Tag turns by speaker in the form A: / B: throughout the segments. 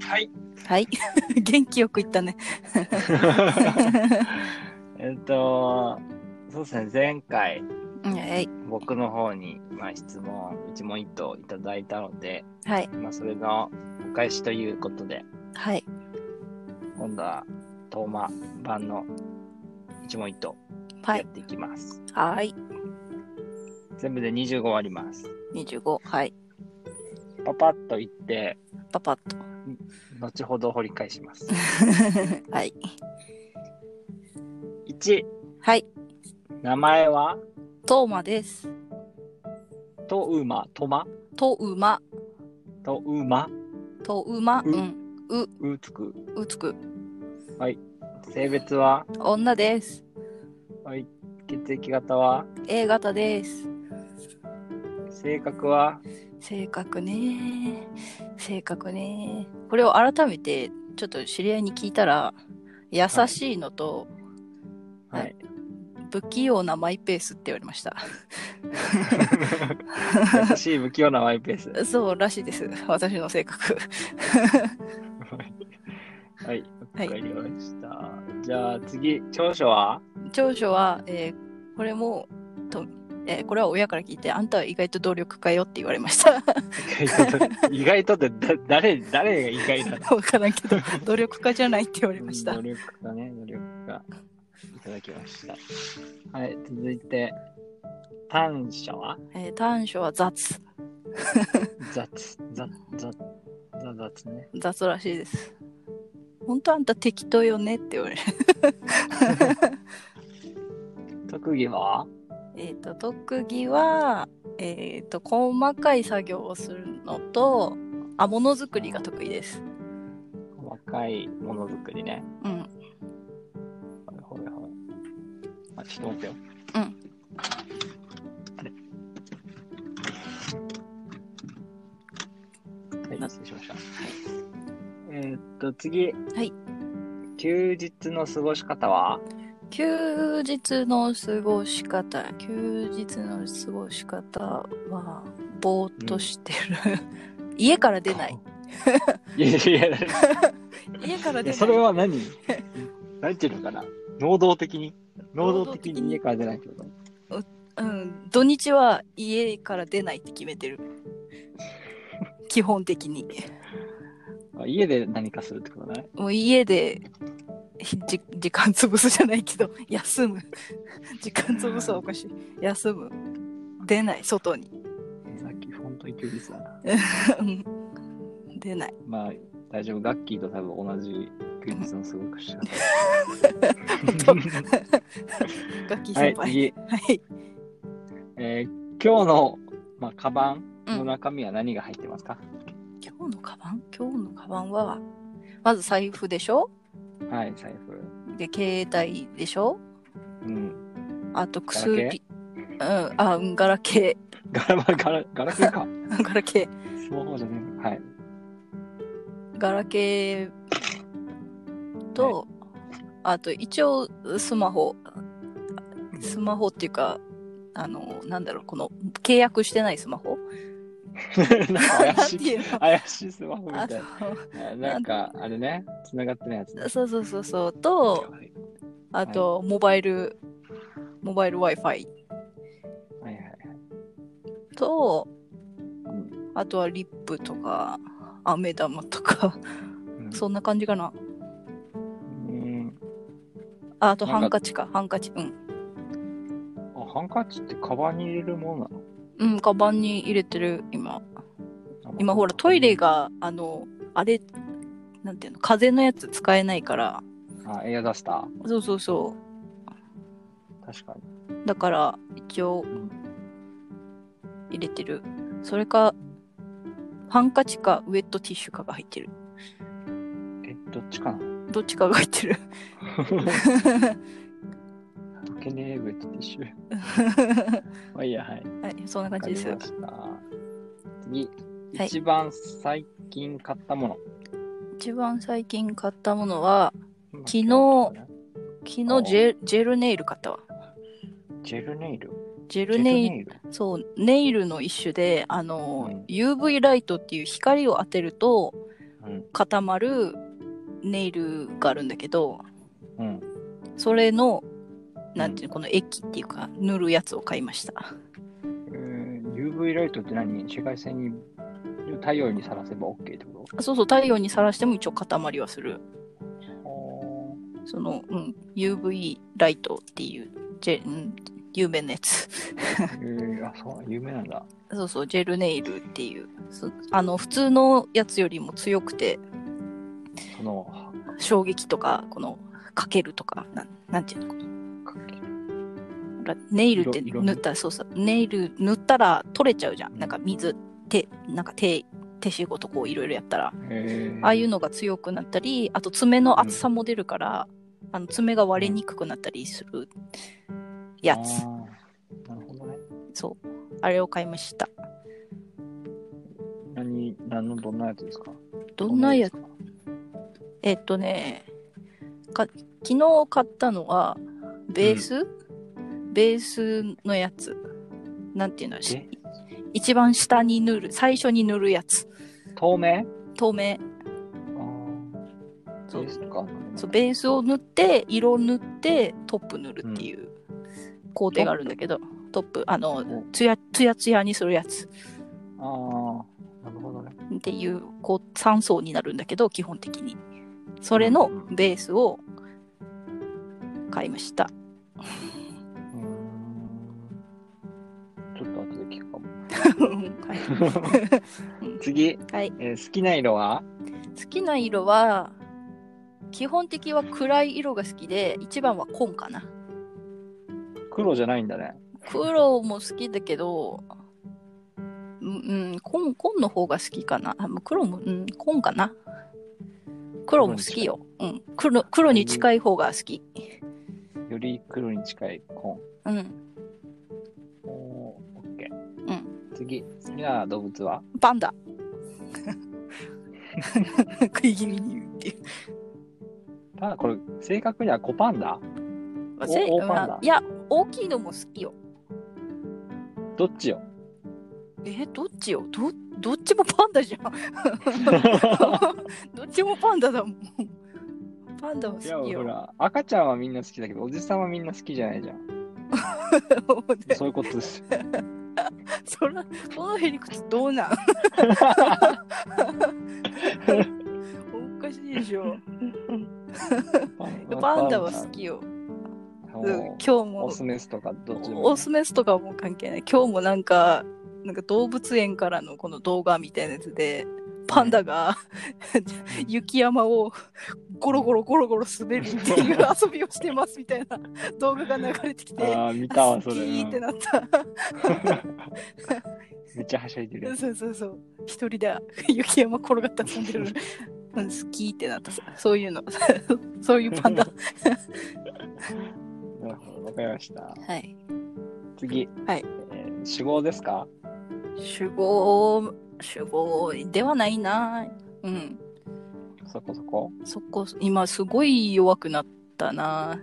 A: はい。
B: はい。 元気よく言ったね。
A: えっと、そうですね、前回、
B: うんはい。
A: 僕の方に、まあ、質問、一問一答いただいたので、
B: はい。
A: まあ、それのお返しということで、
B: はい。
A: 今度は、トーマ版の一問一答、
B: は
A: やっ
B: い。
A: ていきます。
B: はい。
A: 全部で25あります。
B: 25。はい。
A: パパッと言って、
B: パパッ と。
A: 後ほど掘り返し ます。
B: はい。
A: 1、
B: はい。
A: 名前は
B: トーマです。
A: とうま、とま、
B: とうま。
A: とうま、
B: とうま。
A: う
B: うん。
A: うつく。
B: うつく。
A: 性別は
B: 女です。
A: はい。血液型は
B: A 型です。
A: 性格は
B: 性格ね。性格ね。これを改めて、ちょっと知り合いに聞いたら、優しいのと、
A: はい。
B: 不器用なマイペースって言われました。
A: 優しい不器用なマイペース。
B: そうらしいです。私の性格。
A: はい。
B: は
A: わ
B: い
A: かりました。じゃあ次、長所は
B: 長所は、えーこれもと、えーこれは親から聞いて、あんたは意外と努力家よって言われました。
A: 意外と意外とってだ誰、誰が意外なの
B: わからんけど、努力家じゃないって言われました
A: 努。力がね、努力がいただきました。はい、続いて、短所は
B: えー短所は雑。
A: 雑、雑、雑、雑雑ね。
B: 雑らしいです。本当あんた適当よねって言われる。
A: 特技は
B: えっと、特技は、えっ、と、細かい作業をするのと、あ、ものづくりが得意です。
A: 細かいものづくりね。
B: うん。
A: はいはいはい。あ、ちょっと待ってよ。
B: うん。
A: あれ。はい、失礼しました。えーっと、次。
B: い
A: 休日の過ごし方は
B: 休日の過ごし方休日の過ごし方はぼーっとしてる、家から出ない。
A: いやいやいや
B: 家から
A: い
B: 出
A: や、
B: ない
A: それは何なんていうのかな能動的に能動的に家から出ないってこと
B: うん、土日は家から出ないって決めてる基本的に
A: あ家で何かするってことね。
B: もう家でじ時間潰すじゃないけど休む時間潰すはおかしい休む出ない外に
A: さっき本当に休日だな。
B: うん 出ない
A: まあ、大丈夫。ガッキーと多分同じ休日の過ごし方。
B: 当ガッキー
A: はい
B: 先、輩
A: 次。
B: はい、
A: えー今日の、まあ、カバン
B: うん
A: の中身は何が入ってますか、
B: 今日のカバン今日のカバンはまず財布でしょ
A: はい、財布。
B: で携帯でしょ
A: うん。
B: あと薬うんあうんガラケ
A: ガラガラ、ガラケー か。
B: ーガラケー
A: スマホじゃねえか。はい。
B: ガラケーと、あと一応スマホスマホっていうかあのなんだろうこの契約してないスマホ
A: なんか怪し
B: なんてい
A: いう
B: の、
A: 怪しいスマホみた
B: あ
A: いな。あなんか、あれね、繋がってないやつね
B: の。そうそうそうそうと
A: はい
B: あと、モバイルモバイル w i f i
A: はいはい。
B: と
A: うん
B: あとはリップとか飴玉 とか
A: うん
B: そんな感じかな
A: うん。
B: ああと
A: なんか
B: ハンカチかハンカチうん
A: あ、ハンカチってカバンに入れるもんなの
B: うんカバンに入れてる今今ほらトイレ。があのあれなんていうの風のやつ使えないから
A: あ、エアダスタ
B: そうそうそ
A: ー。確かに。
B: うだから一応
A: ん
B: 入れてるそれかハンカチかウェットティッシュかが入ってる
A: え、どっちかな
B: どっちかが入 ってる
A: 溶けねえ、ウェットティッシュ。まあいいや、はい。
B: はいそんな感じです
A: わかりました。次、
B: はい
A: 一番最近買ったもの。
B: 一番最近買ったものは
A: 昨
B: 日昨日ジェジェルネイル買ったわ
A: ジェルネイル。
B: ジェ
A: ジェ
B: ル
A: ル
B: ネイル
A: ネイル。
B: そうネイルの一種であの、
A: うん
B: UV ライトっていう光を当てると
A: うん。
B: 固まるネイルがあるんだけど、
A: うん。
B: それの、なんていうの、この液っていうか、塗るやつを買いました。
A: えー UV ライトって何紫外線に太陽にさらせば OK ってこ
B: そうそう、太陽にさらしても一応固まりはする。
A: と
B: その、うん、UV ライトっていう、ジェうん、有名なやつ。
A: えー、あ、そう、有名なんだ。
B: そうそう、ジェルネイルっていう。そあの、普通のやつよりも強くて、
A: その、は
B: 衝撃とか、この、かけるとか、なんなんていうのこの
A: かけ
B: らネイルって
A: 色色
B: 塗ったら、そうそう、ネイル塗ったら取れちゃうじゃん。なんか水、手、なんか手、手仕事こういろいろやったら。
A: えー、
B: ああいうのが強くなったり、あと爪の厚さも出るから、あの爪が割れにくくなったりするやつ。
A: あーなるほどね。
B: そう。あれを買いました。
A: 何、何のどんなやつですか
B: どんなやつ
A: つ
B: えっとね、か昨日買ったのは、ベース、ベースのやつ。なんていうのし
A: え
B: 一番下に塗る、最初に塗るやつ。
A: 透明
B: 透明。
A: あーベ
B: そう
A: ースとかあるのね。
B: そうベースを塗って色を塗ってトップ塗るっていう工程があるんだけど、トップあの
A: お
B: つやつやつやにするやつ
A: ああ、なるほどね。
B: っていうこう3層になるんだけど基本的にそれのベースを買い ました
A: うーん。ちょっと後で聞くかも。
B: はい
A: 次、
B: はい
A: えー好きな色は
B: 好きな色は基本的は暗い色が好きで一番は紺かな
A: 黒じゃないんだね。
B: 黒も好きだけど、うん、うん紺、紺の方が好きかな。あもう黒も、うん、紺かな。黒も好きよ。うん、黒、黒に近い方が好き。
A: より黒に近い紺。
B: うん、
A: おー、オッケー。
B: うん。
A: 次、好きな動物は
B: パンダ。 食い気味に言うっていう。
A: パンダ、これ、正確には子パンダ
B: まあせ
A: お大パンダ
B: まあいや、大きいのも好きよ。
A: どっちよ
B: え、どっちよど、どっちもパンダ じゃん。どっちもパンダだもん。パンダは好
A: い
B: き
A: や、
B: よ。
A: ほら、赤ちゃんはみんな好きだけど、おじさんはみんな好きじゃないじゃん。そういうこと です。
B: そら、このへりくつどうなんおかしいでしょ。
A: パン
B: パンダは好きよ。うん今日
A: お
B: も
A: オ、スメスとかどっちでも
B: オスメスとかはもう関係ない。今日もなんか、なんか動物園からのこの動画みたいなやつで、パンダが雪山をゴロゴロゴロゴロ滑るっていう遊びをしてますみたいな動画が流れてきて、
A: ああ、見たわ、それ。
B: キ
A: う
B: ー
A: ん
B: ってなった。
A: めっちゃはしゃいでるやつ。
B: そうそうそう。一人で 雪山転がった遊ん でる。うん好きってなったさ。そういうの。 そういうパ ンダ。
A: なるほどわかりました。
B: はい。
A: 次。
B: はい
A: えー。主語ですか
B: 主語、主語ではないな。うん。
A: そこそこ。
B: そこ、今すごい弱くなったな。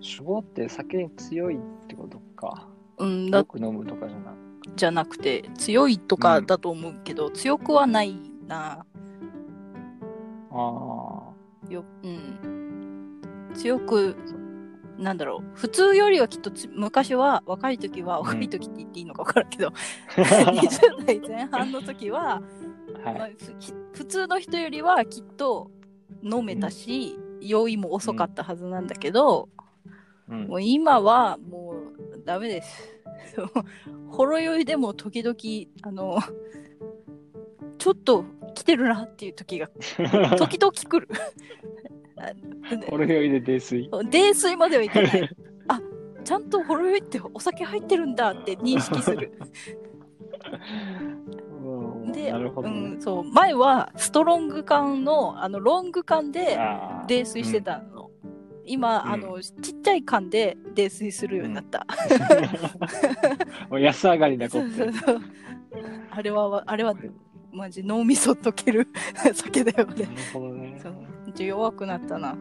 A: 主語って酒に強いってことか。
B: うんだ
A: よ、く飲むとかじゃなく
B: じゃなくて、強いとかだと思うけど、強くはないな。
A: あ
B: よ、うん。強く、なんだろう。普通よりはきっとつ昔は、若い時は、
A: ん
B: 若い時って言っていいのか分から んけど、20代前半の時は、
A: あ。
B: ま
A: は
B: あ
A: い。
B: ふき普通の人よりはきっと飲めたし、酔いも遅かったはずなんだけど、
A: うん
B: もう今はもうダメです。 ほろ酔いでも時々、あの、ちょっと来てるなっていう時が、時々来 る。あ
A: ほろ酔いで泥酔。
B: 泥酔まではいかない。あちゃんとほろ酔いってお酒入ってるんだって認識す る。
A: うん
B: で、
A: なるほどね。
B: うん、そう前はストロング缶のあのロング缶で
A: あー
B: 泥酔して。たの、今、
A: うん
B: あのちっちゃい缶で泥酔するようになった、
A: うんもう安上がりだこ
B: そう
A: っ
B: そう
A: て。
B: そうあれはあれはマジ脳みそ溶ける 酒だよね
A: なるほどね。
B: そうちょ弱くなったな
A: あ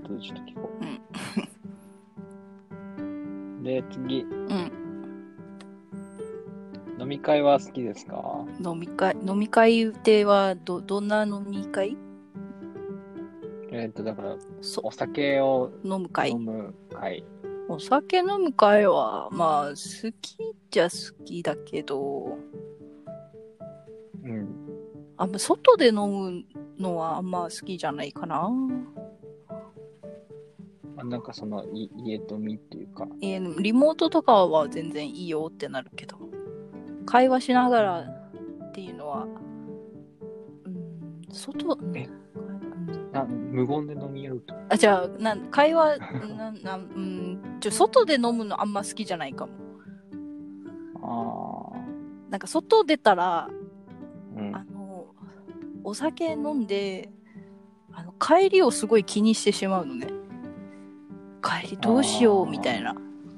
A: とでちょっと聞こ う。で、次。
B: うん
A: 飲み会は好きですか
B: 飲み会、飲み会ではど、どんな飲み会
A: えっと、だから、
B: そ
A: お酒を
B: 飲む会
A: 飲。む会。
B: お酒飲む会は、まあ、好きっちゃ好きだけど、
A: うん。
B: あんま外で飲むのはあんま好きじゃないかな。
A: あなんかその、い家とみっていうか。
B: えーリモートとかは全然いいよってなるけど、会話しながらっていうのは、うん、外、
A: え
B: うん
A: な無言で飲み合うと。
B: あ、じゃあ、なん会話、なんなんうん、ちょ外で飲むのあんま好きじゃないかも。
A: ああ。
B: なんか外出たら、
A: うん。
B: あの、お酒飲んで、あの、帰りをすごい気にしてしまうのね。帰りどうしよ
A: あ
B: う
A: ー
B: みたいな。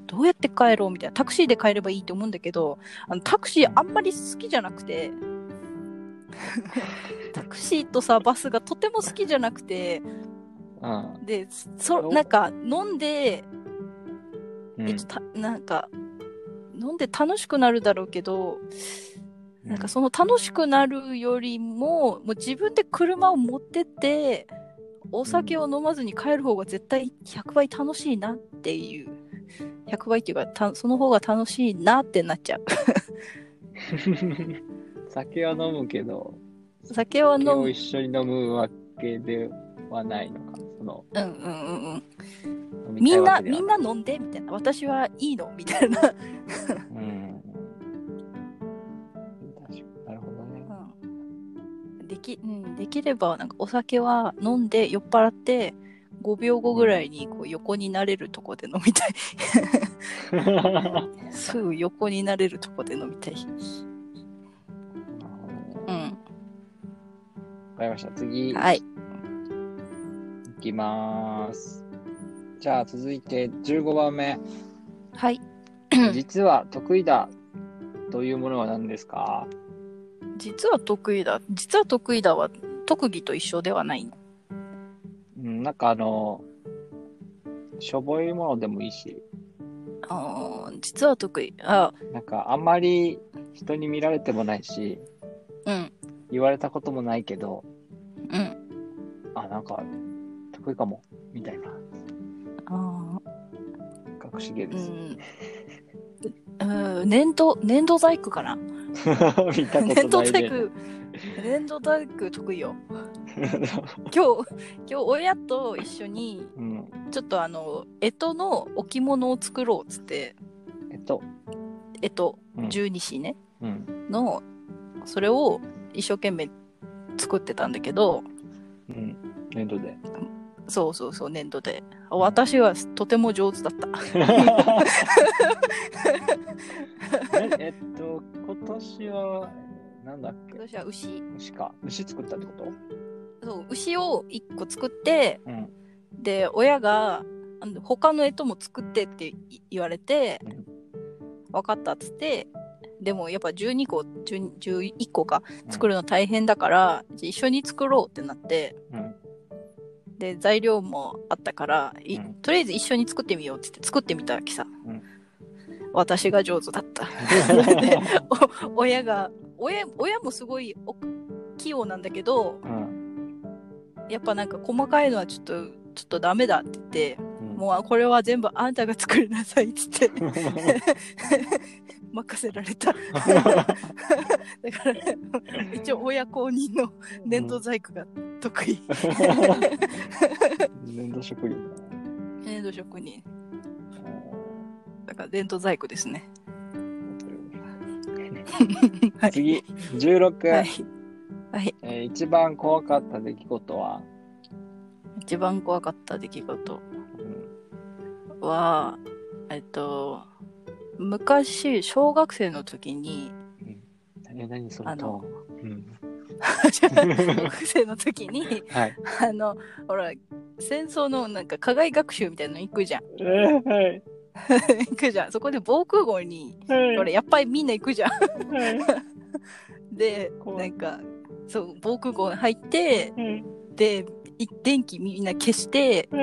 B: どうやって帰ろうみたいな。タクシーで帰ればいいと思うんだけど、あのタクシーあんまり好きじゃな くて、タクシーとさ、バスがとても好きじゃなくて、
A: うん
B: で、そ、なんか飲んで、
A: う
B: え
A: ん
B: ちょっとたなんか、飲んで楽しくなるだろうけど、なんかその楽しくなるよりも、もう自分で車を持ってって、お酒を飲まずに帰る方が絶対100倍楽しいなっていう。100倍っていうか、たその方が楽しいなってなっちゃう。
A: 酒は飲むけど、
B: 酒は飲
A: 酒を
B: む。
A: 一緒に飲むわけではないのか。その
B: うんうんうんうん。
A: 飲み
B: み
A: 会
B: ん
A: わけ
B: な、
A: では
B: みんな飲んでみたいな。私はいいのみたいな。
A: うん。確かになるほどね。
B: うんでき、うん、できれば、なんかお酒は飲んで酔っ払って、5秒後ぐらいにこう横になれるとこで飲み たい。
A: なる
B: すぐ横になれるとこで飲みたい。
A: ほどね。
B: うん。
A: わかりました。次、、
B: はいい。
A: きまーす。じゃあ続いて15番目。
B: はい。
A: 実は得意だというものは何ですか
B: 実は得意だ。実は得意だは特技と一緒ではないの。
A: うん、なんかあの、しょぼいものでもいいし、
B: あー実は得意。あ
A: なんかあんまり人に見られてもないし、
B: うん。
A: 言われたこともないけど、
B: うん。
A: あ、なんか得意かも、みたいな。
B: あ
A: 隠し芸
B: ーう
A: です。
B: ん。うん、粘土、粘土細工か な
A: 見たこ
B: 粘
A: と
B: 土
A: ないで。
B: 細工、粘土細工得意よ。今日、今日親と一緒に、
A: うん。
B: ちょっとあの、干支の置物を作ろうっつって、
A: えっと、
B: 干
A: うん
B: 支十二支ね、
A: うん。
B: の、それを一生懸命作ってたんだけど、
A: うん。粘土 で。
B: そうそうそう、粘土で。私はとても上手だった。
A: ええっと、今年は、なんだっけ
B: 私は牛、
A: 牛か。牛作ったってこと
B: そう、牛を一個作って、
A: うん。
B: で、親が、あの他の絵とも作ってってい言われて
A: うん、
B: 分かったっつって、でもやっぱ12個、12 11個か、
A: うん
B: 作るの大変だから、じゃあ一緒に作ろうってなって、
A: うん。
B: で、材料もあったから、い
A: うん
B: とりあえず一緒に作ってみようって言って作ってみたわけさ。
A: うん
B: 私が上手 だった。お親が親親もすごいお器用なんだけど
A: うん。
B: やっぱなんか細かいのはちょっとちょっとダメだって言って
A: う ん
B: もうこれは全部あんたが作りなさいって言って 任せられ ただから一応親公認の粘土細工が得 意
A: 粘土職人だね
B: 粘土職人
A: うん
B: だから粘土細工ですね はい
A: 次、16、
B: はい、はい、
A: えー一番怖かった出来事は、
B: 一番怖かった出来事
A: うん
B: は、えっと、昔、小学生の時に、
A: え、何そ
B: あ
A: の
B: の
A: 顔、うん、
B: 小学生の時に、
A: はい。
B: あの、ほら、戦争のなんか課外学習みたいなの行くじゃん。
A: えー、はい。
B: 行くじゃん。そこで防空壕に、
A: はい。
B: ほら、やっぱりみんな行くじゃん。
A: はい。
B: で、
A: 怖
B: ないんか、そう、防空壕に入って、
A: はい。
B: で、い電気みんな消して、
A: はい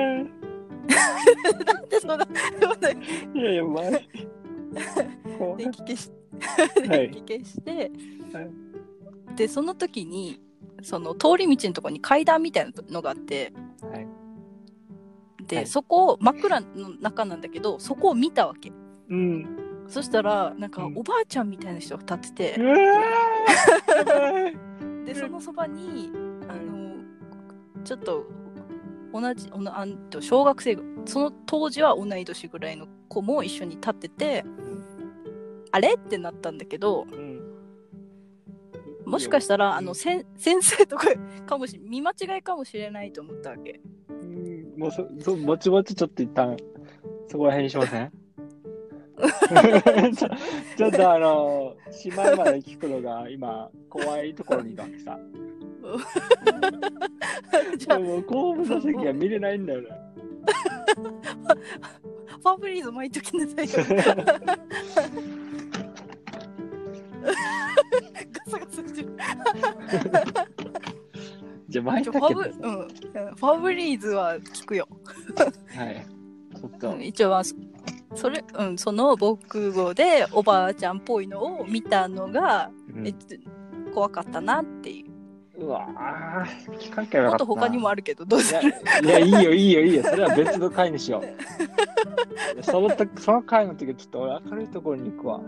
B: で、そんな、そんない
A: やいや、前。怖い
B: 電気消し
A: はい
B: 電気消して、
A: は
B: でその時にその通り道のところに階段みたいなのがあって、
A: はい
B: で、
A: はい
B: そこを真っ暗の中なんだけどそこを見たわけ
A: うん。
B: そしたらなんか
A: うん
B: おばあちゃんみたいな人が立って
A: う
B: て、
A: わー
B: でそのそばにあのちょっと同じおなあんと小学生ぐその当時は同い年ぐらいの子も一緒に立ってて、あれってなったんだけど、
A: うん
B: もしかしたら、あ
A: う
B: の、
A: ん
B: せん先生とかかもし見間違いかもしれないと思ったわけ。
A: うんもうそ、そぼちぼちちょっと一旦、そこら辺にしませ んちょ ちょっとあの、しまいまで聞くのが今、怖いところにいたわけさ。
B: じゃ
A: で
B: あ、
A: も後部座席が見れないんだよね。
B: ファブリーズ巻いときなさいよ。 ガサガサしてる。
A: じゃあ、巻い
B: ち
A: た
B: ょ
A: けど。
B: ファブ、うん。ファブリーズは聞くよ。
A: はい。ちょっ
B: う
A: と
B: ん、一応は、そそれ、うん、その母国語でおばあちゃんっぽいのを見たのが、
A: うん
B: えっと怖かったなっていう。
A: うわぁ、聞かんけばよかっ
B: もっ
A: た
B: と他にもあるけど、どう
A: い
B: す
A: や
B: る
A: いや、いいよ、いいよ、いいよ。それは別の回にしよう。 そのとその回の時はちょっと俺明るいところに行くわ。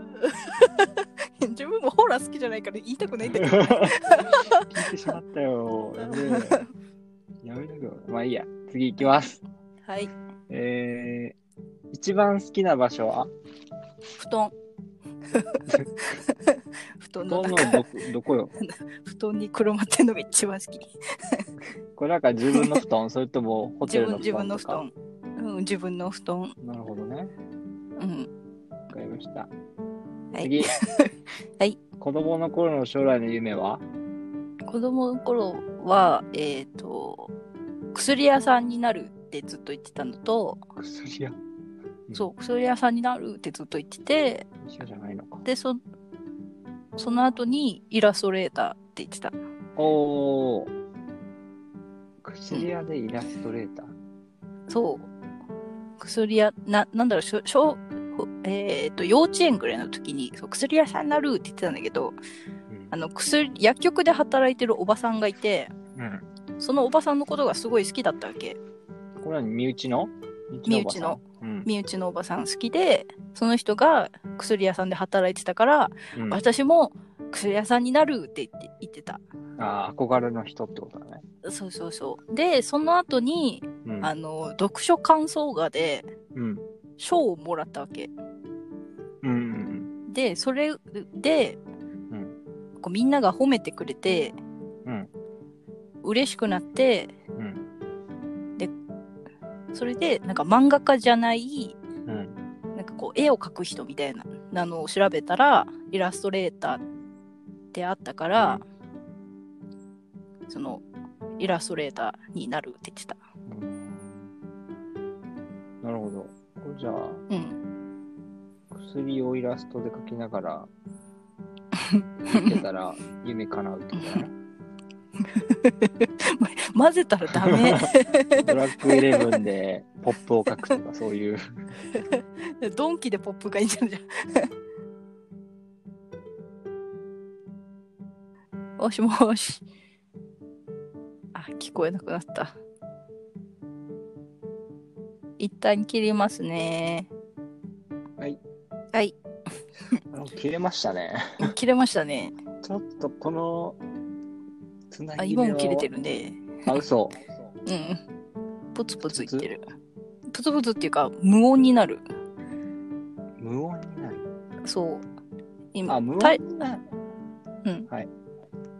B: 自分もホラー好きじゃないから言いたくな いんだけど。
A: 聞いてしまったよ。やめろよやめろよ。まあいいや。次行きます。
B: はい。
A: えー、一番好きな場所は
B: 布団。 布団
A: ど
B: の
A: の
B: 中
A: どこどこよ
B: 布団にくるまってんのが一番好き。
A: これなんか自分の布団それともホテ
B: 自
A: ル
B: 分
A: の布団
B: 自分の
A: と
B: 布
A: か
B: 団。うん、自分の布団。
A: なるほどね。
B: うん。
A: わかりました。
B: はい。
A: 次。
B: はい。
A: 子供の頃の将来の夢は
B: 子供の頃は、えっ、と、薬屋さんになるってずっと言ってたのと、
A: 薬屋。うん
B: そう、薬屋さんになるってずっと言ってて、
A: 医者じゃないのか。
B: で、そその後にイラストレーターって言ってた。
A: おお。薬屋でイラストレーター。
B: そう。薬屋、な、なんだろう、しょ、しょほえっ、と、幼稚園ぐらいの時に、そう薬屋さんになるって言ってたんだけど、
A: うん
B: あの、薬、薬局で働いてるおばさんがいて、
A: うん。
B: そのおばさんのことがすごい好きだったわけ。
A: これは身内の
B: 身内の。
A: うん。
B: 身内のおばさん好きで、その人が薬屋さんで働いてたから、
A: うん、あ
B: 私も薬屋さんになるって言って言ってた。
A: あー、憧れの人ってことだね。
B: そうそうそう。で、その後に、
A: うん。
B: あの、読書感想画で
A: うん。
B: 賞をもらったわけ。
A: うんうん
B: でそれで、
A: うん
B: こうみんなが褒めてくれて、
A: うん
B: 嬉しくなって
A: うん。
B: それでなんか漫画家じゃない
A: うん。うん。
B: なんかこう絵を描く人みたいななのを調べたらイラストレーターってあったから、そのイラストレーターになるって言ってた。
A: うんなるほど。これじゃあ、
B: うん、
A: 薬をイラストで描きながら、見てた ら夢叶うってことだね。
B: 混ぜたら ダメ
A: ドラッグイレブンでポップを描くとか、そういう。
B: ドンキでポップがいいんじゃない もしもし。あ、聞こえなくなった。一旦切りますね。
A: はい。
B: はい。
A: あ切れましたね。
B: 切れましたね。
A: ちょっとこのつな
B: あ、
A: ぎ
B: 今
A: 目
B: も
A: を
B: 切れてるね。
A: あ、嘘。
B: うん。ポツポツいってる。ポツポツっていうか、無音になる。
A: 無音になる。
B: そう。今、
A: あ、無
B: た
A: 音
B: い
A: になる。
B: うん
A: はい。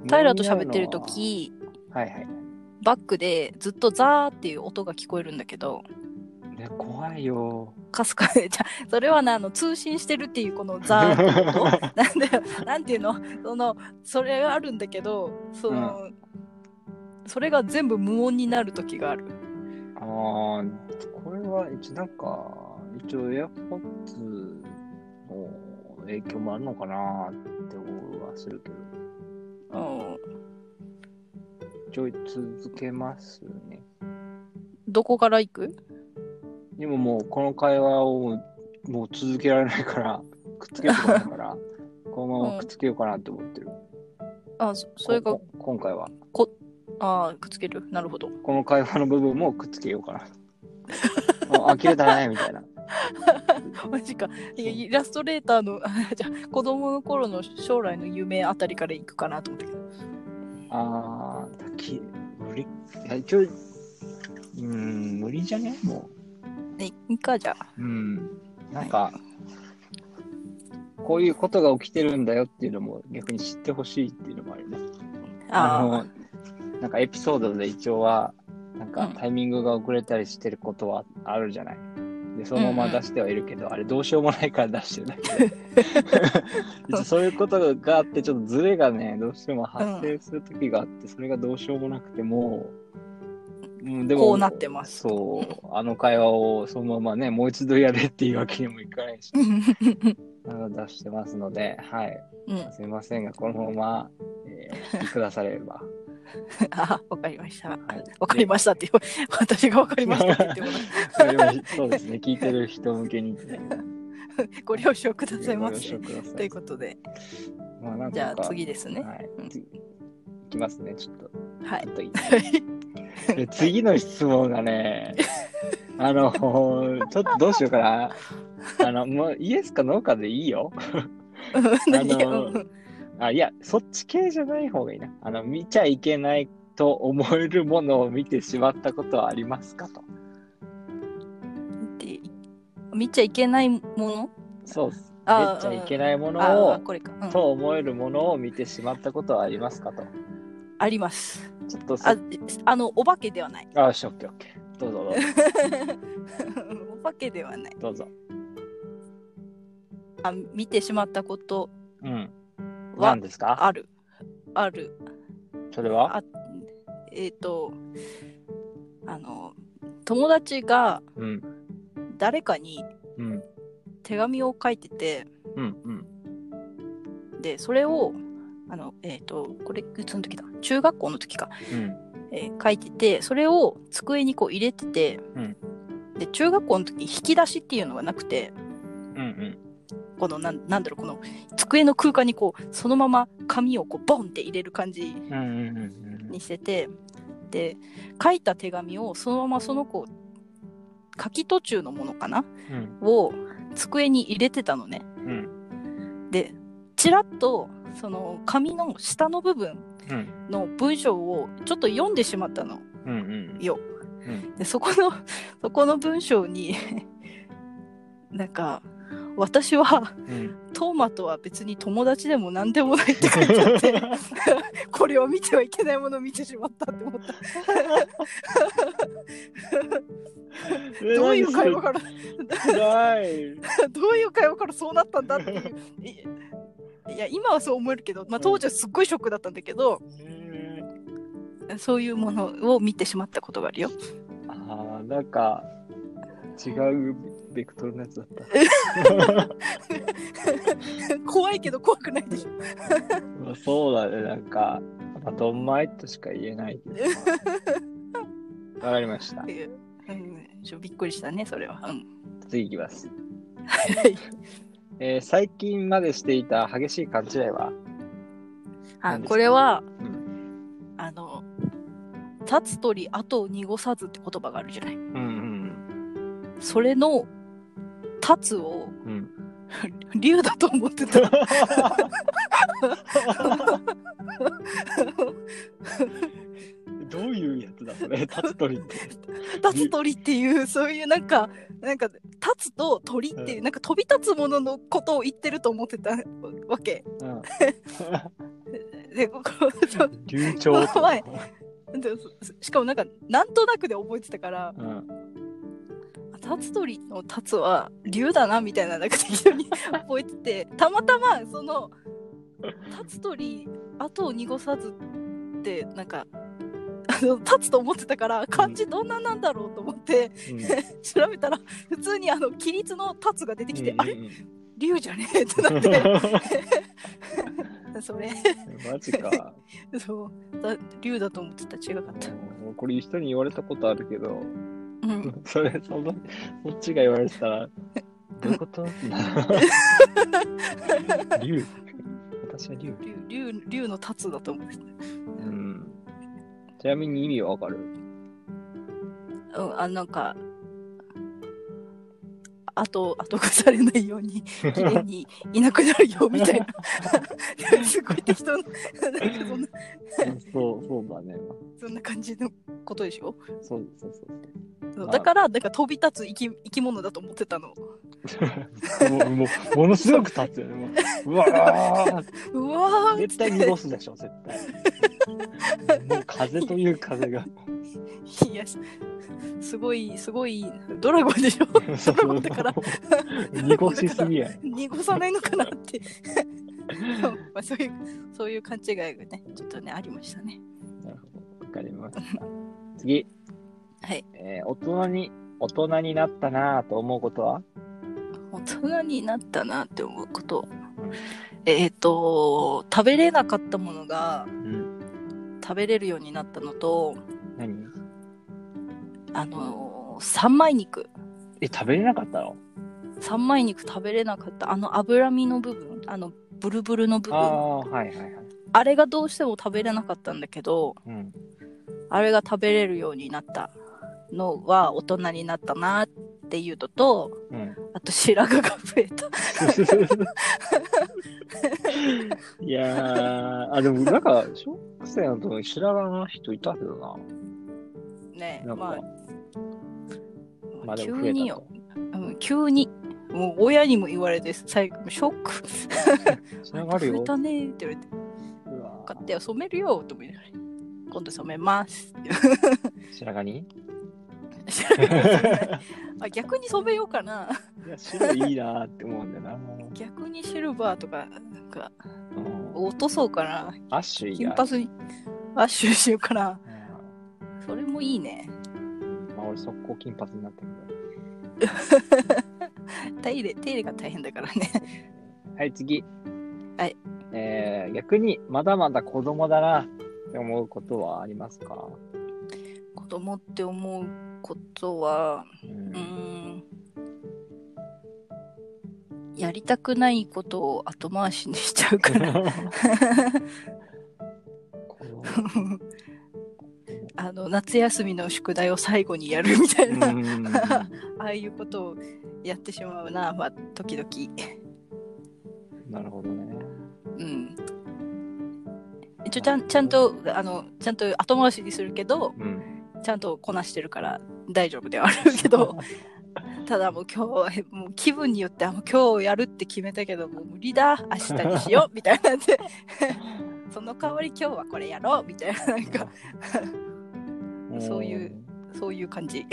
B: 平と喋ってる
A: 時
B: 時
A: はいはい。
B: バックでずっとザーっていう音が聞こえるんだけど、
A: ね、怖いよ。
B: かすかで、じゃあそれはなあの通信してるっていうこのザーって音なんだよ、なんていうの、その、それがあるんだけど、その、それが全部無音になる時がある。
A: ああ、これは一なんか、一応 AirPods の影響もあるのかなって思いはするけど、
B: うん
A: 一応続けますね。
B: どこから行く
A: で ももうこの会話をもうもう続けられないから、くっつけてくれないから、ままくっつけようかなって思ってる。
B: あ、そそれが
A: こ、こ今回は。
B: ああ、くっつける。なるほど。
A: この会話の部分もくっつけよ うかな。あ、呆れたね、みたいな。
B: マジか。いやイラストレーターの、 あじゃあ子供の頃の将来の夢あたりから行くかなと思ったけど。
A: あー、だき、無理。いや、一応、うーん、無理じゃねも
B: ね、いいか、じゃあ。
A: う。うん。なんか、こういうことが起きてるんだよっていうのも逆に知ってほしいっていうのもあるね。
B: あ
A: の、なんかエピソードで一応は、なんかタイミングが遅れたりしてることはあるじゃない。で、そのまま出してはいるけど、あれどうしようもないから出して るだけで一応そういうことがあって、ちょっとズレがね、どうしても発生する時があって、それがどうしようもなくてもう、うん、で
B: こうなってます
A: そう、あの会話をそのままね、もう一度やれっていうわけにもいかないし、
B: あ。
A: あの出してますので、はい。
B: うん。
A: すいませんが、このまま、えー、お聞きくだされれば。
B: あ、わかりました。わ
A: はい
B: かりましたって言わ、 私がわかりましたって言って もら
A: そうですね、聞いてる人向けに。
B: うご了承くださいま
A: ご了
B: せ
A: 承。ください
B: ということで、
A: まあなんか
B: じゃあ次ですね。
A: はい。
B: うん
A: 次いきますね、ちょっと。
B: は
A: ち
B: い
A: ょ。っといいえ次の質問がね、あの、ちょっとどうしようかな。あの、もうイエスかノーかでいいよ。
B: 何
A: あの
B: うん
A: あ、いや、そっち系じゃない方がいいな。あの、見ちゃいけないと思えるものを見てしまったことはありますかと。
B: って見ちゃいけないもの
A: そうです。
B: あ
A: 見ちゃいけないもの
B: あ
A: を、
B: これか、うん
A: と思えるものを見てしまったことはありますかと。
B: あります
A: ちょっとそ
B: ああのお化けではない
A: あ、よし、オッケーオッケー。どうぞどうぞ。
B: お化けではない
A: どうぞ。
B: あ見てしまったこと
A: うん。
B: は
A: 何ですか
B: あるある
A: それは
B: あえっ、とあの友達が
A: うん。
B: 誰かに
A: うん。
B: 手紙を書いてて
A: うん。うん。
B: でそれをあのえっ、とこれいつの時だ中学校の時か
A: うん。
B: えー書いててそれを机にこう入れてて、
A: うん
B: で中学校の時引き出しっていうのがなくて
A: うん。うん。
B: このなんなんだろうこの机の空間にこうそのまま紙をこうボンって入れる感じ
A: うん。うん。うん
B: にしててで書いた手紙をそのままその子書き途中のものかな
A: うん。
B: を机に入れてたのね
A: うん。
B: でちらっとその紙の下の部分
A: うん。
B: の文章をちょっと読んでしまったの
A: うん。うん。
B: よ。
A: ん
B: でそこの そこの文章に なんか私は
A: うん。
B: トーマとは別に友達でも何でもないって書いてあって これを見てはいけないものを見てしまったって思ったどういう会話から
A: 暗い。
B: どういう会話からそうなったんだっていういいや今はそう思えるけど、まあ、当時はすっごいショックだったんだけど、そういうものを見てしまったことがあるよ
A: ああ、なんか、違うベクトルのやつだった。
B: 怖いけど怖くないでしょ
A: まあ、そうだね、なんか、まあ、どんまいとしか言えないけどな。わかりました
B: って。いう、うん、ちょびっくりしたねそれは、うん、
A: 次いきます。
B: い
A: えー最近までしていた激しい勘違いは、
B: あ
A: 何ですか
B: これは
A: うん、
B: あの「立つ鳥後を濁さず」って言葉があるじゃない
A: うん
B: それの「立つ」を
A: うんうん。
B: 竜だと思ってた
A: どういうやつだ それ、立つ鳥って。
B: 立つ鳥っていうそういうなんかなんか立つと鳥っていううなんか飛び立つもののことを言ってると思ってたわけ
A: う、
B: でこうそうん
A: 流暢と
B: 怖いでそしかもなんかなんとなくで覚えてたから
A: うん、
B: タツ鳥のタツは竜だなみたいななんか適当に覚えててたまたまそのタツ鳥後を濁さずってなんかあの立つと思ってたから漢字どんななんだろうと思って、調べたら普通にあの起立のタツが出てきて、あれ
A: れ
B: 竜じゃね えってなってそれ
A: マジか。
B: そうだ竜だと思ってた違かった、
A: うんこれ人に言われたことあるけど、
B: うん、
A: それそのそっちが言 われてたらどういうこと竜私は竜。
B: 竜竜竜の立つだと思うんですね。
A: うん。ちなみに意味はわかる
B: うん、あなんか、あと、後がされないよ うに、綺麗にいなくな るよ、みたいな。すごい適当な、なんかそんな、
A: そう、そうだね。
B: そんな感じのことでしょ
A: そうそうそう
B: そう
A: あ
B: だから、なんか飛び立つ生き生き物だと思ってたの。
A: そう。 もうもうものすごく立つよね。もううわーって
B: うわーっ
A: 絶対濁すでしょ、絶対。もう風という風 が。
B: て、いや、すごい、すごい、ドラゴンでしょ
A: そう
B: ドラゴンだから。
A: 濁しすぎや。
B: 濁さないのかなって。そうまあ、そういう、そういう勘違いがね、ちょっとね、ありましたね。
A: なるほどわかりました。次、
B: はい。
A: えー大人に、大人になったなぁと思うことは
B: 大人になったなって思うこと。えっ、と、食べれなかったものが
A: うん。
B: 食べれるようになったのと、
A: 何
B: あのー、三枚肉。
A: え、食べれなかったの
B: 三枚肉食べれなかった。あの脂身の部分、あの、ブルブルの部
A: あ
B: 分。あ
A: あ、はいはいはい。
B: れがどうしても食べれなかったんだけど、
A: うん。
B: あれが食べれるようになったのは大人になったなっていうのと、
A: うん。
B: あと白髪が増えた。
A: いやー、あ、でもなんか、小学生の時知らない人いたけどな。
B: ね
A: なんか、
B: まあ、
A: まあでも増
B: 急
A: え
B: に
A: た
B: よ
A: と。。
B: うん、急に。もう親にも言われて、最後、ショック。
A: 繋がる
B: 増え
A: よ。
B: たねーって言われて、
A: うわ
B: 買って染めるよと思いながら。今度染めます。
A: ー白髪にい
B: あ逆に染めようかな。
A: や、白いいなーって思うんだよな。
B: 逆にシルバーとか、なんか、
A: うん
B: 落とそうかな。
A: アッシュ以
B: 金
A: 外。
B: 髪に、アッシュしようかな。
A: う
B: それもいいね。
A: んまあ、俺、速攻金髪になったけど。
B: 手入れ、手入れが大変だからね。
A: はい、次。
B: はい。
A: えー、逆に、まだまだ子供だなって思うことはありますか
B: 子供って思うことは、
A: う。
B: うんーんやりたくないことを後回しにしちゃうから
A: 子供
B: あの夏休みの宿題を最後にやるみたいな、あ
A: うん
B: あいうことをやってしまうなまあ時々
A: なるほどね。
B: うん一応ちゃんちゃんとあのちゃんと後回しにするけど
A: うん。
B: ちゃんとこなしてるから大丈夫ではある けどただもう今日はもう気分によってあもう今日やるって決めたけどもう無理だ明日に しようみたいなんで その代わり今日はこれやろうみたいななんかそうい
A: うん。
B: そういう感じ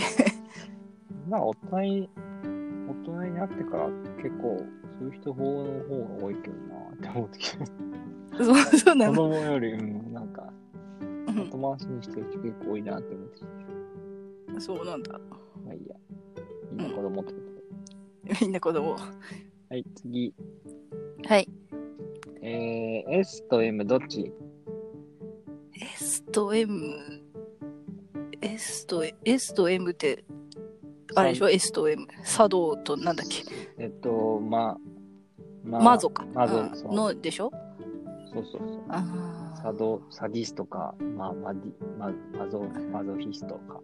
A: まあ、大人に、大人になってから結構、そういう人方の方が多いけどなって思ってきて、
B: そうそうな
A: 子
B: の、
A: 供より、うん、なんか、
B: うん
A: 後回しにしてる人結構多いなって思ってきて、
B: そうなんだ
A: まあいいや。みんな子供ってことで。
B: みんな子供
A: はい、次。
B: はい
A: えー、S と M どっち
B: S と M S と S と M ってあれでしょ S と M 茶道となんだっけ
A: えっと、まあ、ま
B: マゾか
A: マゾ
B: うん
A: そう
B: のでしょ
A: そうそうそう。
B: あー
A: サド、サディストか、ま、マディ、マ、マゾ、マゾフィスト か。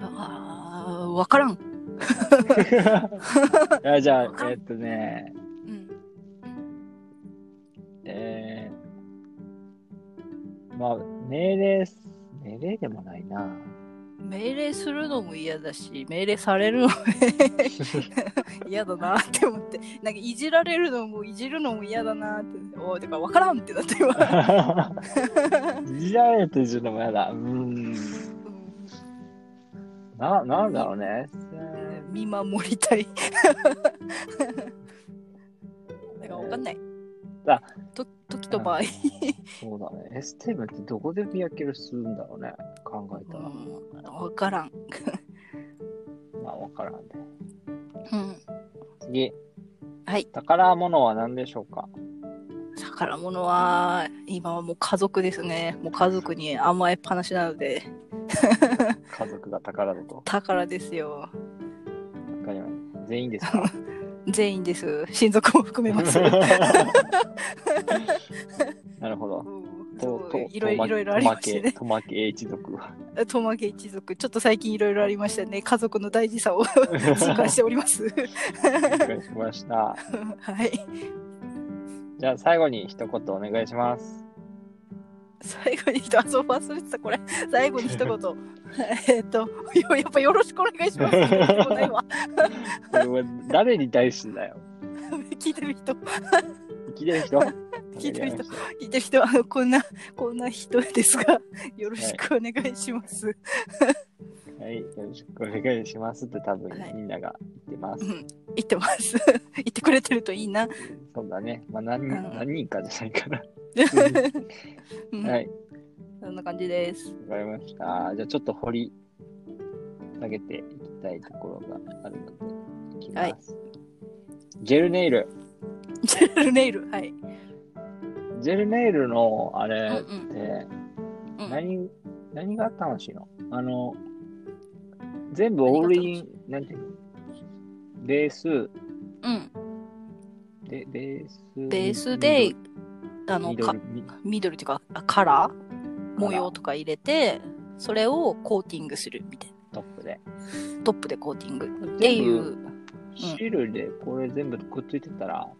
B: あーわからん。
A: いやじゃあ、えっとね、
B: うん。
A: えー、まあ、命令す、命令でもない な。
B: 命令するのも嫌だし、命令されるのも 嫌だなって思って、なんかいじられるのもいじるのも嫌だなって、おい、だからわからんってなって今。
A: いじられるというのもやだ。うーん。な、なんだろうね。
B: うん見守りたい。 だからわかんない。
A: あ
B: と時と場合。
A: そうだね。エステームってどこで見分けるするんだろうね。考えたら。
B: うんわからん。
A: まあ、わからんね。
B: うん
A: 次。
B: はい
A: 宝物は何でしょうか
B: 宝物は今はもう家族ですねもう家族に甘えっぱなしなので
A: 家族が宝だと。
B: 宝ですよ
A: わ かりました。全員ですか
B: 全員です。親族も含め ます。
A: なるほど。
B: す
A: と、
B: ご
A: と
B: い、いろいろいろいろありましたね。
A: トマケ一 族は。
B: トマゲ一族、ちょっと最近いろいろありましたね。家族の大事さを 実感しております。
A: お願いしました。
B: はい。
A: じゃあ最後に一言お願いします。
B: 最後に一言、あそう忘れてた、これ。最後に一言。 えっと、 よやっぱよろしくお願い します。こないわ
A: これは誰に対してだよ。
B: 聞いてる人、
A: 聞いてる人
B: 聞いてる人聞いてる人は、あのこんな、こんな人ですが、よろしくお願いします。
A: はい、よろしくお願いしますって多分
B: はい
A: みんなが言ってます。
B: うん言ってます。 言ってくれてるといいな。
A: そうだね。まあ何,、
B: うん
A: 何人かじゃないかな。
B: うん
A: はい、
B: そんな感じです。
A: わかりました。じゃあちょっと掘り下げていきたいところがあるので、いきます。ジェルネイル。
B: ジェ ルネイル、はい。
A: ジェルネイルのあ
B: う
A: れっ
B: ん
A: て、
B: うんうん。
A: 何、何が楽しいのあの、全部オールイン、なんていうのベース、
B: うん、
A: でベース。
B: ベースで、あの
A: ミド
B: か
A: ル、ミドル
B: 緑というかあカラー
A: ミ
B: 模様とか入れてそれをコーティングするみたい
A: トップで。
B: なトップでコーティングってい
A: 全
B: う
A: 部、シールでこれ全部くっついてたら、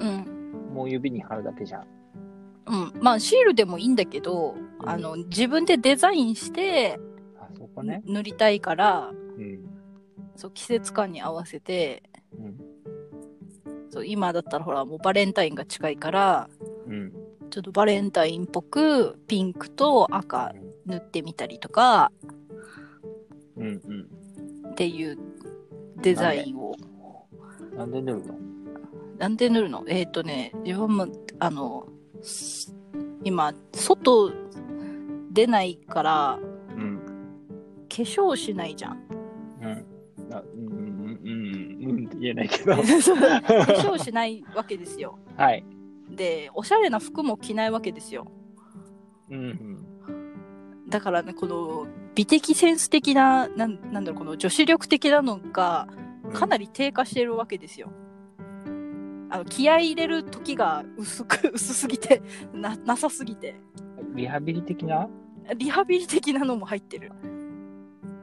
B: うん
A: もう指に貼るだけじゃん。
B: うん、まあシールでもいいんだけど、
A: うん
B: あの自分でデザインして
A: あそこね。
B: 塗りたいから
A: うん。
B: そう季節感に合わせて
A: うん。
B: そう今だったらほらもうバレンタインが近いから
A: うん。
B: ちょっとバレンタインっぽくピンクと赤塗ってみたりとか
A: うん。うん。
B: っていうデザインを
A: なんで塗るの
B: なんで塗るのえっ、とね、自分も、あの、す今、外出ないから、
A: うん。
B: 化粧しないじゃん。
A: うん。あうん。うん。うん。うん。うんって言えないけど
B: 化。粧しないわけですよ。
A: はい。
B: で、おしゃれな服も着ないわけですよ。
A: うん。うん。
B: だからね、この、美的センス的な、なんなんだろう、この女子力的なのが、かな
A: り。
B: り低下してるわけですよ。あの気合い入れる時が薄く、薄すぎて、な、なさすぎて。
A: リハビリ的な
B: リハビリ的なのも入ってる。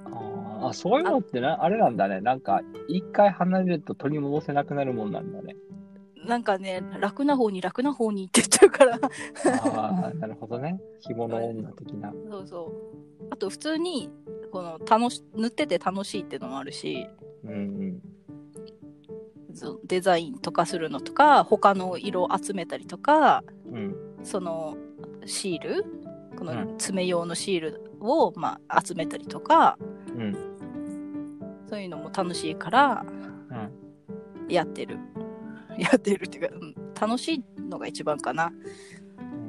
A: あーあ、そういうのってな、あれなんだね。なんか、一回離れると取り戻せなくなるもんなんだね。
B: なんかね、楽な方に楽な方にって言っちゃうから、
A: ああ、 なるほどね。紐の女的な。
B: そうそう。あと普通に、この楽し、塗ってて楽しいってのもあるし、
A: うんうん。
B: そうデザインとかするのとか、他の色を集めたりとか、
A: うん。
B: そのシール、こ
A: う
B: の爪用のシールを、まあ、集めたりとか、
A: うん。
B: そういうのも楽しいから、やってる。やってるっていうか、うん、楽しいのが一番かな。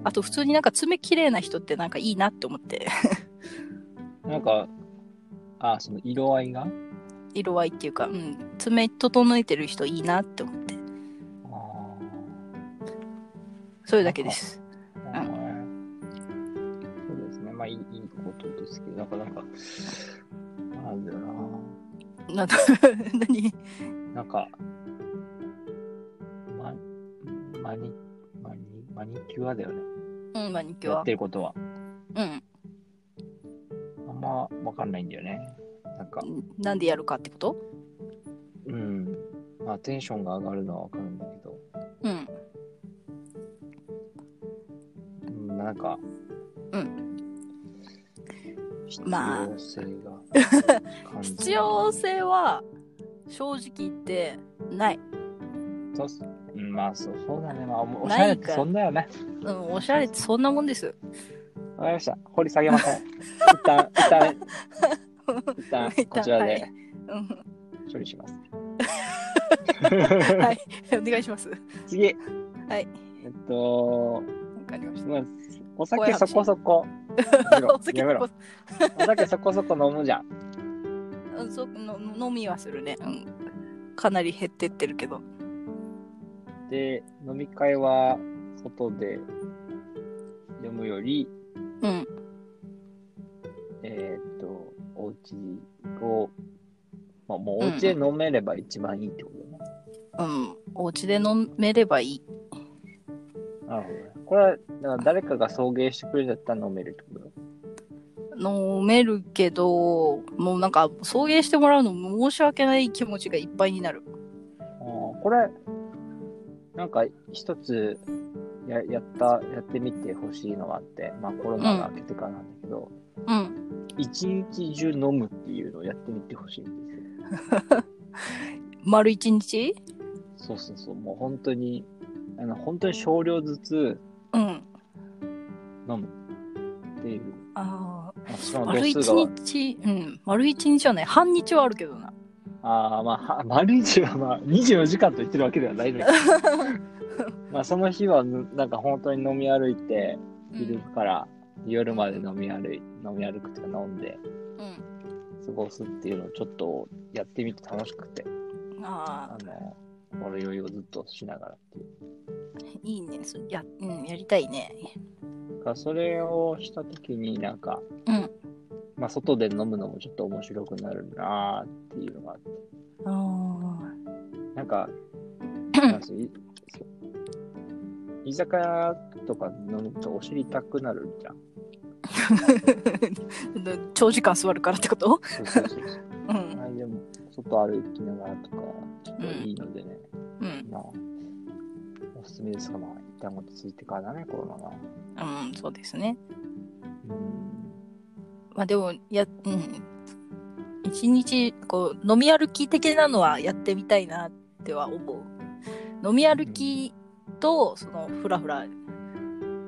B: あと普通になんか爪綺麗な人ってなんかいいなって思って、
A: なんか、あその色合いが
B: 色合いっていうか、うん、爪整えてる人いいなって思って
A: あ
B: それだけです
A: あ、はいそうですね。まあ、いいいいことですけど、なんか、なんか、なんだよ
B: な 何
A: な。なんか、ま、マニ、マニ、マニキュアだよね。
B: うんマニキュ
A: やっ
B: ア
A: てることは。
B: うん
A: あんまわかんないんだよね。なんか、
B: なんでやるかってこと
A: うん。まあ、テンションが上がるのはわかるんだけど、
B: うん
A: うん、なんか、。
B: うん
A: 必
B: まあ
A: 要性が感じる
B: 必要性は正直言ってない、
A: そうっすうんまあ、そうそうだね。まあ、おおし
B: ない
A: ゃれって
B: から
A: そんなよね。
B: うん、おしゃれってそんなもんです
A: わかりました。掘り下げません。一旦、一旦、一
B: 一旦
A: 旦、こちら
B: は
A: で
B: いうん
A: 処理し ます。
B: はいお願いします
A: 次。
B: はい
A: えっと、
B: わかりまし
A: まあお
B: 怖い
A: 酒そ
B: 話
A: こそこ。やめ
B: た
A: ろ
B: お酒
A: やめろ。お酒そこそこ飲むじゃん。
B: うんそうのの飲みはするね、うん、かなり減ってってるけど
A: で、飲み会は外で読むより、
B: うん
A: えーっと、お家を、まあ、もうお家で飲めれば一番いいってことね。
B: うん、お家で飲めればいい。
A: なるほどね。これは、だから誰かが送迎してくれちゃったら飲めるってこと
B: 飲めるけど、もうなんか、送迎してもらうの申し訳ない気持ちがいっぱいになる。
A: あーこれ、なんか一つややった、やってみてほしいのがあって、まあコロナが明けてからなんだけど、
B: うん。
A: 一日中飲むっていうのをやってみてほしいんですよ。
B: 丸一日
A: そうそうそう、もう本当に、あの本当に少量ずつ
B: うん。
A: 飲むっていう。
B: ああ、
A: まあしかも
B: 丸一
A: 度数が、
B: 日、うん。丸一日はね、半日はあるけどな。
A: ああ、まあ、は 丸一はまあ24時間と言ってるわけではない のに。まあその日はぬなんか本当に飲み歩いて、
B: う
A: 昼
B: ん。
A: から夜まで飲み歩い、飲み歩くとか飲んで
B: うん、
A: 過ごすっていうのをちょっとやってみて楽しくて、あ
B: ああ、
A: の、俺酔いをずっとしながらっていう。
B: いいね。そや、うん、やりたいね。
A: だからそれをした時になんか、
B: うん。
A: まあ外で飲むのもちょっと面白くなるなーっていうのがあって、
B: あ
A: なんか、なんすいそう居酒屋とか飲むとお尻痛くなるじゃん。
B: あ。 長時間座るからってこと
A: そうそうそう そう。
B: うん。
A: あでも、外歩きながらとか、ちょっといいのでね。
B: うん。
A: まあ、おすすめですが、まあ、一旦落ち着いてからだね、コロナが。
B: うん、そうですね。
A: うん。
B: まあでも、や、うん。一日、こう、飲み歩き的なのはやってみたいなっては思う。飲み歩きと、その、ふらふら、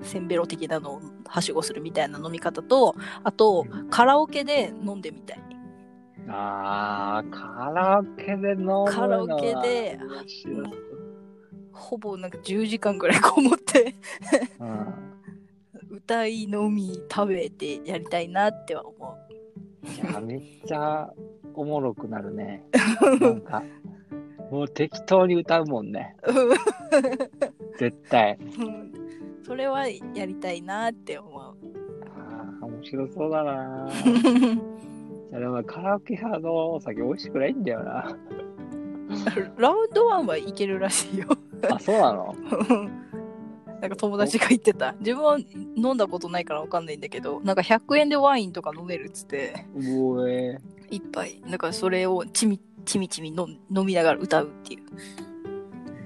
B: せんべろ的なのをはしごするみたいな飲み方と、あと、カラオケで飲んでみたい。
A: あー、カラオケで飲むのは
B: カラオケで
A: 面白そう
B: ほぼなんか10時間ぐらいこもって、
A: うん。
B: 歌い、飲み、食べてやりたいなっては思う。
A: いや、めっちゃおもろくなるね。なんか、もう適当に歌うもんね。絶対。
B: うん それはやりたいなって思う。
A: あー、面白そうだな。いや、でもカラオケ屋のお酒美味しくないんだよな。
B: ラウンドワンはいけるらしいよ。
A: あ、そうなの
B: なんか友達が言ってた。自分は飲んだことないからわかんないんだけど、なんか100円でワインとか飲めるっつって、
A: うおえ
B: 一杯。だからそれをちみちみちみ飲ん飲みながら歌うっていう。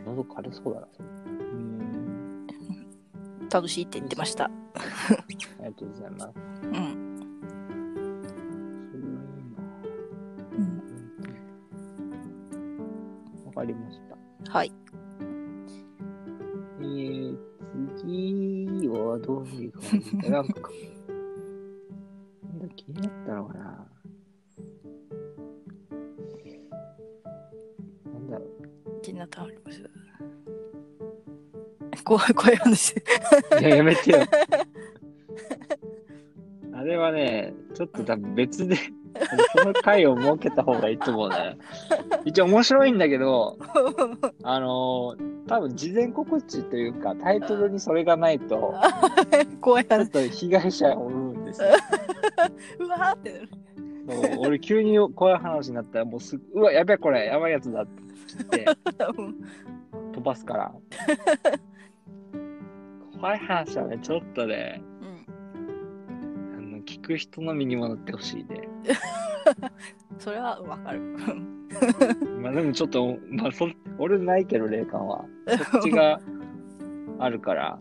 A: 喉枯れそうだな。うん。
B: 楽しいって言ってました。
A: ありがとうございます。
B: うん。うん
A: わかりました。
B: はい。
A: えー、次はどういう感じか。なんか、なんだ気になったのかな。なんだろ
B: 気になったのあります。怖い、怖い話。
A: う。いや、やめてよ。あれはね、ちょっと多分別で、その回を設けた方がいいと思うね。一応面白いんだけど、あのー多分事前告知というかタイトルにそれがないと
B: 怖い
A: ち ょっ
B: 話。
A: と被害者を生むんですよ。
B: うわーってなる。
A: そう俺急にこういう話になったらもう すぐうわやべえこれやばいやつだって来て
B: うん
A: 飛ばす から。怖い話はねちょっとね
B: うん。
A: あの聞く人の身にもなってほしいね。
B: それはわかる。
A: まあでもちょっと、まあ、そ俺ないけど霊感はこっち があるから、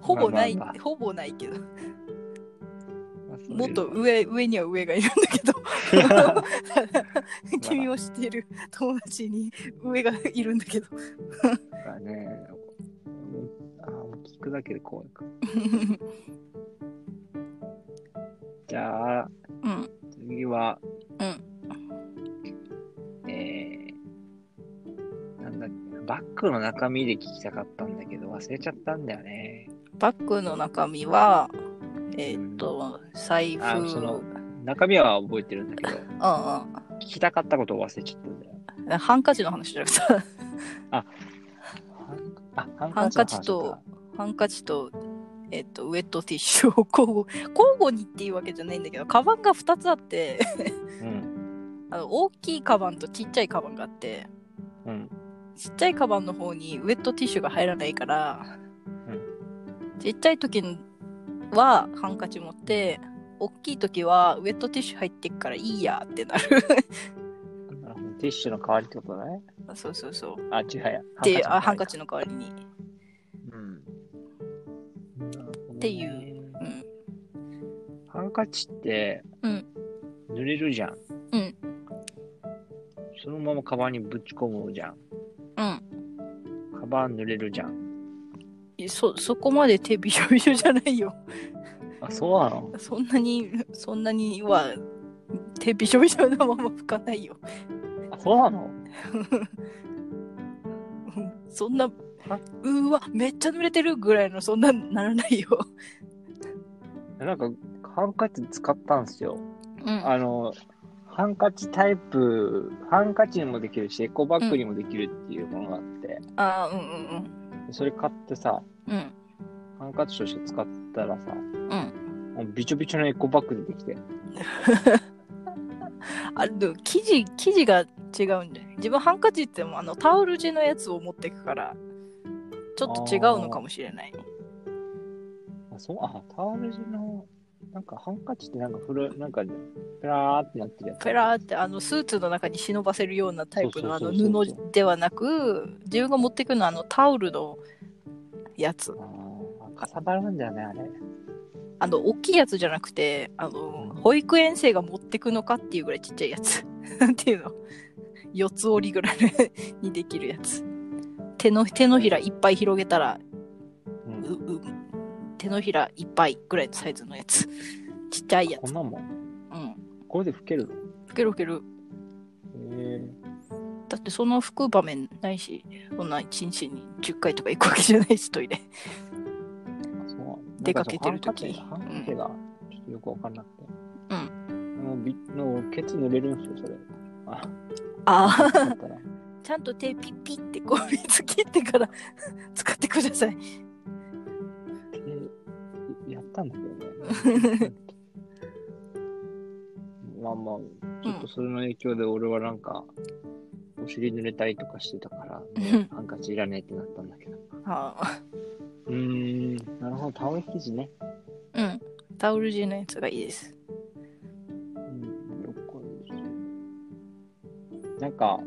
B: ほぼない、
A: まあまあま
B: ほぼないけど。
A: まあそういう
B: もっと上、上には上がいるんだけど。 君を知っている友達に上がいるんだけど。
A: がね、あもう聞くだけで怖いか。じゃあ、
B: うん。
A: 次は、
B: うん。
A: えー、なんだっけな、バッグの中身で聞きたかったんだけど、忘れちゃったんだよね。
B: バッグの中身は、えーっと、財布。
A: あその中身は覚えてるんだ けど、
B: う
A: 聞きたかったことを忘れちゃったんだよ。
B: んうん。ハンカチの話じゃなくて、
A: あ、ハン
B: ハンカチ
A: の話
B: と
A: か、
B: ハンカチと、えーっと、ウェットティッシュを交互、交互にっていうわけじゃないんだけど、カバンが2つあって、
A: うん。
B: あの大きいカバンとちっちゃいカバンがあって、
A: うん。
B: ちっちゃいカバンの方にウェットティッシュが入らないから、ちっちゃい時はハンカチ持って大きい時はウェットティッシュ入ってっからいいやってなる
A: なるほどティッシュの代わりってことね。
B: そうそうそう
A: あ、違うや。
B: であハンカ
A: チ
B: チの代わり
A: の
B: に
A: 代わりか。うん。。
B: ていううん
A: ハンカチって、
B: うん
A: 濡れるじゃん。
B: うん。
A: そのままカバンにぶち込むじゃん。
B: うん
A: カバン濡れるじゃん。
B: えそそこまで手びしょびしょじゃないよ
A: あ、そうなの
B: そんなにそんなには手びしょびしょのまま拭かないよ
A: あ、そうなの
B: うんそんな
A: あ
B: うーわめっちゃ濡れてるぐらいのそんなならないよ、
A: なんか、ハンカチ使ったんすよ。
B: うん、
A: あの、ハンカチタイプ、ハンカチにもできるし、エコバッグにもできるっていうものがあって、
B: あーうんうん
A: それ買ってさ、
B: うんうん
A: ハンカチとして使ったらさ、
B: うん
A: もうびちょびちょのエコバッグ出てきて、
B: あでも生地生地が違うんじゃない自分ハンカチってもあのタオル地のやつを持ってくからちょっと違うのかもしれない
A: あそうあタオル地の、なんかハンカチってなんかふる、なんか、ペラーってなってるやつ。
B: ペラーってあのスーツの中に忍ばせるようなタイプのあ
A: そ
B: の
A: うそうそうそう
B: 布ではなく自分が持ってくのはあのタオルのやつ
A: あーかさばるんだよね、あれ。
B: あの大きいやつじゃなくてあの保育園生が持ってくのかっていうぐらいちっちゃいやつ なんていうの四つ折りぐらいにできるやつ手の手のひらいっぱい広げたら
A: うん。
B: うう手のひらいっぱいぐらいのサイズのやつ ちっちゃいや
A: こ
B: つ
A: んなんもん。
B: うん
A: これで吹けるの
B: ふけるふける
A: へえ
B: だってその拭く場面ないしそんな一日に10回とか行くわけじゃないしトイレ
A: そう
B: 出かけてる時
A: なんかそのハンカチがハンカチがちょっとよくわかんなくて。。
B: うん
A: もうびもうケツ濡れるんですよ、それ。あ、
B: あ
A: だ
B: あ
A: ったら。
B: ちゃんと手ピッピッってこう水切ってから 使ってください
A: えやったんだけど ね。まあまあ、ちょっとそれの影響で俺はなんか、お尻濡れたりとかしてたから、
B: うん
A: ハンカチいらねえってなったんだけど。
B: ああ
A: うーん、なるほど、タオル生地ね。
B: うんタオル地のやつがいいです
A: うんよっこいなんか、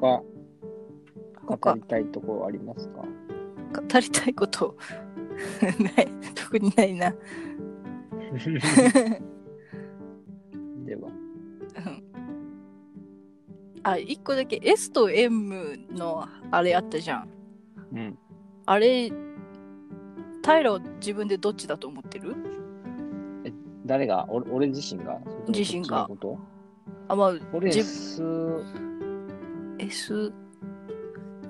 A: 他、
B: 他
A: 語りたいところありますか
B: 語りたいこと ない特にないな
A: では。
B: うんあ一個だけ S と M のあれあったじゃん
A: うん。
B: あれ、平は自分でどっちだと思ってる
A: 誰が俺俺自身が
B: 自身が
A: それともこ
B: あ、まあ、
A: っちのこと俺
B: 自
A: S、う
B: S。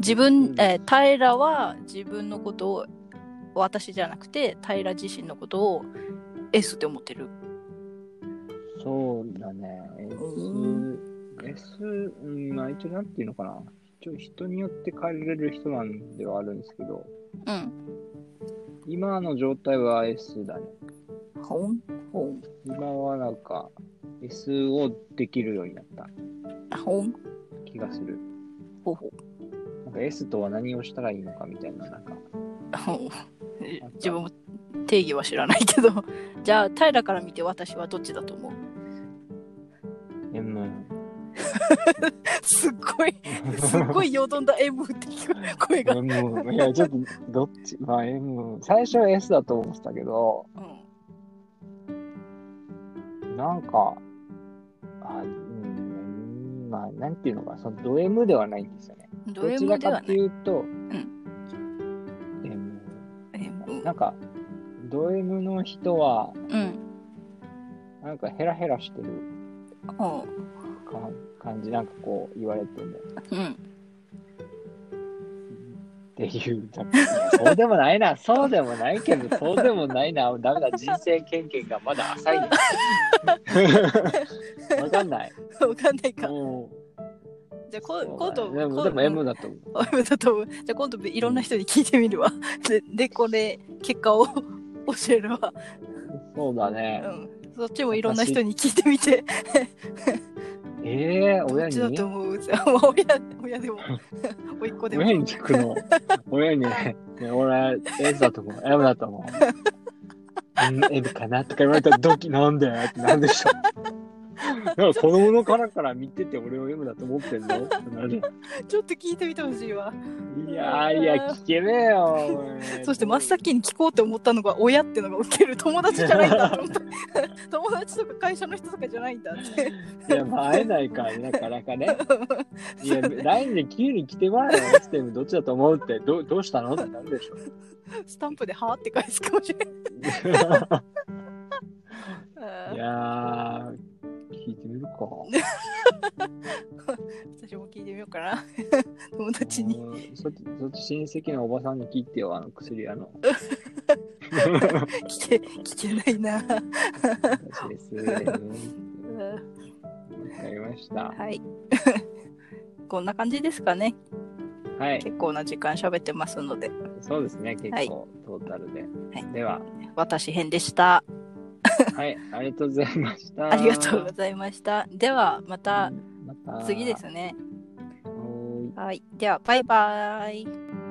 B: 自分
A: う、ん
B: えー平は自分のことを、私じゃなくて、平自身のことを S って思ってる。
A: そうだね。
B: う
A: S、S、うん、まあ一応なんていうのかな。一応人によって変えられる人なんではあるんですけど、
B: うん。
A: 今の状態は S だね。
B: ほんほん。
A: 今はなんか S をできるようになった
B: あほん
A: 気がする。
B: ほうほ
A: なんか S とは何をしたらいいのかみたいな、なんか。
B: うほん。え自分も定義は知らないけど。 じゃあ、平から見て私はどっちだと思う
A: M。
B: すっ ごい、すっごいよどんだ M って聞こえ声が。
A: M。いや、ちょっとどっち、まあ M。最初は S だと思ってたけど、
B: うん。
A: なんか、あうん、まあ、なんていうのかな、そのド M ではないんですよね。
B: ド
A: ち
B: M
A: ら
B: では
A: か
B: な
A: と
B: い。
A: いうと、
B: ん
A: M
B: M
A: なんか、ド M の人は、
B: うん。
A: なんかヘラヘラしてる
B: うん。
A: か感じ、なんかこう言われてるんだよ
B: うん。
A: っていう、なんかいやそうでもないな、そうでもないけど、そうでもないな、ダメだ、人生経験がまだ浅いね。 わかんない。
B: わかんないか。
A: も
B: じゃあこ
A: う、
B: 今度、
A: でも
B: 今
A: でも M だと思う。
B: うん M だと思う。じゃあ今度いろんな人に聞いてみるわ。で、でこれ、結果を 教えるわ。
A: そうだね
B: う。ん。そっちもいろんな人に聞いてみて。
A: ええー、
B: ど
A: 親
B: っちだ
A: に
B: と思う じゃあ親親でも おいっ子でも
A: 親に聞くの。親にね、ね俺、S だと思う。M だと思う。うん、M かなとか言われたらドキ、なんでってなんでしょう。なんか子供のからから見てて俺を M だと思ってんのってなる
B: ちょっと聞いてみてほしいわ
A: いやーいや、聞けねえよ。
B: そして真っ先に聞こうと思ったのが親ってのがウケる友達じゃないんだと思った 友達とか会社の人とかじゃないんだって
A: いや、まあ、会えないからね、なかなか ね。いや、LINE で急に来てもらえよ。ステムどっちだと思うって、どどうしたのってなるでしょ。
B: スタンプで「はあ?」って返すかもしれないい
A: やー、聞いてみるか。
B: 私も聞いてみようかな 友達に
A: うんそっちそっち親戚のおばさんに聞いてよ、あの薬屋 の。
B: 聞け聞けないな
A: 私です。わ
B: うん
A: かりました。
B: はい こんな感じですかね
A: はい、
B: 結構な時間喋ってますので
A: そうですね、結
B: はい
A: 構トータルで。
B: い
A: では、
B: 私編でした
A: はい、ありがとうございました。
B: ありがとうございましたではまた
A: また
B: 次です。ね
A: はーい
B: はいではバイバイ